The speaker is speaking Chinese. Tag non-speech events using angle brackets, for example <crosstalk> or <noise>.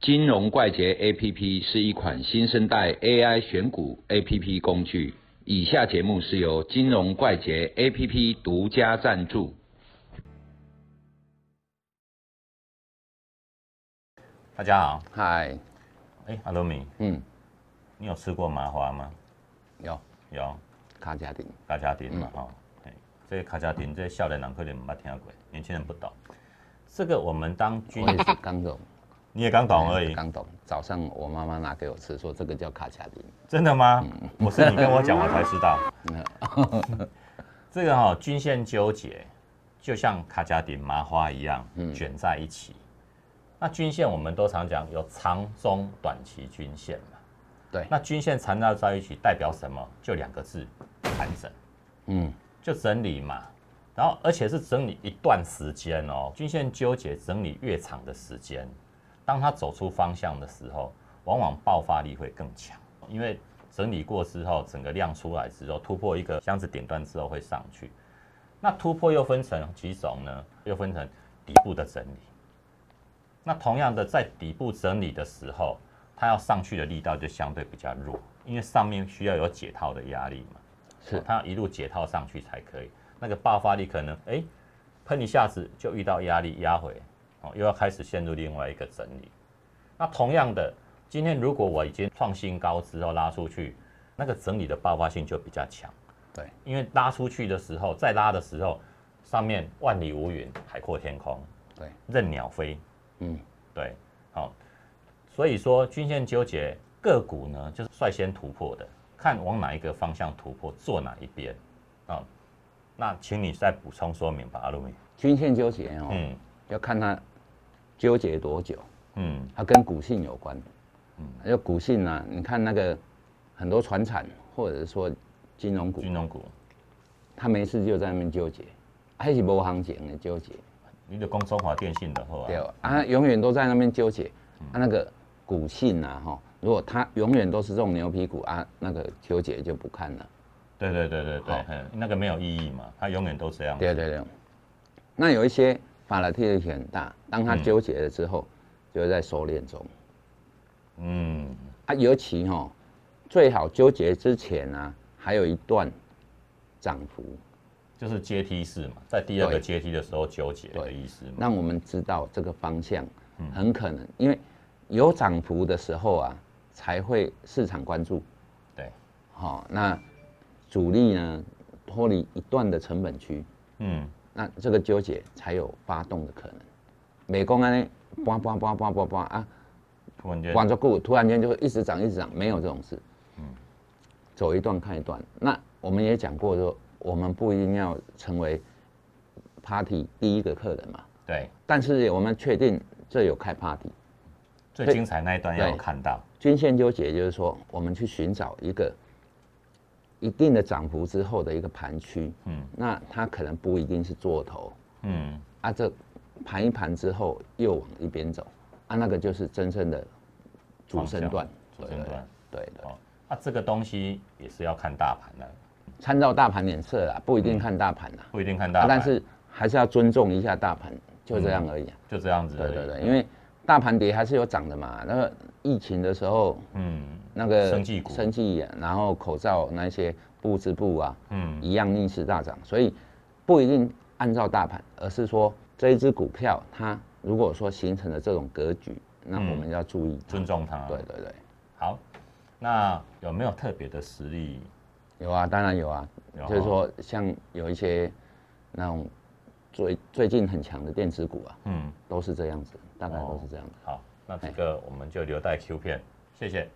金融怪杰 APP 是一款新生代 AI 选股 APP 工具。以下节目是由金融怪杰 APP 独家赞助。大家好，嗨，哎、阿罗米，嗯，你有吃过麻花吗？有有，卡家庭，卡家丁嗯嘛，哦，嘿这卡家丁这少年人可能没听过，年轻人不懂。这个我们当军我，也是刚懂，你也刚嗯懂而已，刚懂。早上我妈妈拿给我吃，说这个叫卡卡丁。真的吗？嗯我是你跟我讲，我才知道。 <laughs> 这个哈、均线纠结，就像卡加顶麻花一样嗯卷在一起。那均线我们都常讲有长、中、短期均线嘛。对那均线缠绕在一起代表什么？就两个字：盘整。嗯，就整理嘛。然后而且是整理一段时间哦，均线纠结整理越长的时间，当它走出方向的时候，往往爆发力会更强，因为整理过之后，整个量出来之后，突破一个箱子顶端之后会上去。那突破又分成几种呢？又分成底部的整理。那同样的，在底部整理的时候，它要上去的力道就相对比较弱，因为上面需要有解套的压力嘛。是哦它要一路解套上去才可以。那个爆发力可能哎，喷一下子就遇到压力压回，哦，又要开始陷入另外一个整理。那同样的，今天如果我已经创新高之后拉出去，那个整理的爆发性就比较强。对，因为拉出去的时候，再拉的时候，上面万里无云，海阔天空，对，任鸟飞，嗯，对，好、所以说均线纠结个股呢，就是率先突破的，看往哪一个方向突破，做哪一边，啊、那请你再补充说明吧，阿鲁米。均线纠结哦，嗯要看它纠结多久，嗯它跟股性有关。嗯，就股性啊，你看那个很多船产或者说金融股，金融股，它没事就在啊那边纠结，还是无行情的纠结，你就讲中华电信的话，对吧？啊，永远都在那边纠结，啊，那个股性啊，哈，如果它永远都是这种牛皮股啊，那个纠结就不看了。对对对对对好，嗯那个没有意义嘛，它永远都这样。哦对对对，那有一些法拉第力气很大，当他嗯纠结了之后，就会在收敛中嗯，啊。尤其哈、最好纠结之前啊，还有一段涨幅，就是阶梯式嘛，在第二个对阶梯的时候纠结的对意思嘛。让我们知道这个方向很可能，因为有涨幅的时候啊，才会市场关注。对，好、那主力呢脱离一段的成本区，嗯，那这个纠结才有发动的可能。美工安呢，叭叭叭叭叭叭啊。突然间，玩着股，突然间就会一直涨，一直涨，没有这种事。走一段看一段。那我们也讲过说，我们不一定要成为 party 第一个客人嘛，对，但是我们确定这有开 party。最对精彩那一段要有对看到。均线纠结就是说，我们去寻找一个一定的涨幅之后的一个盘区，嗯那它可能不一定是做头嗯，啊，这盘一盘之后又往一边走啊，那个就是真正的主方升向段，主升段。对对。哦，那、这个东西也是要看大盘的，参照大盘脸色啦，不一定看大盘啦、不一定看嗯啊大盘，但是还是要尊重一下大盘，就这样而已、啊。就这样子而对已。对对，因为大盘跌还是有涨的嘛。那个疫情的时候，嗯那个生技股生技啊，然后口罩那些布织布啊，嗯，一样逆势大涨，所以不一定按照大盘，而是说这一只股票它如果说形成了这种格局，那我们要注意嗯它。尊重它。对，对对，好，那有没有特别的实力？有啊，当然有啊，有就是哈，说像有一些那种最最近很强的电子股啊，嗯，都是这样子，大概都是这样子。好，那这个我们就留待 Q 片，谢谢。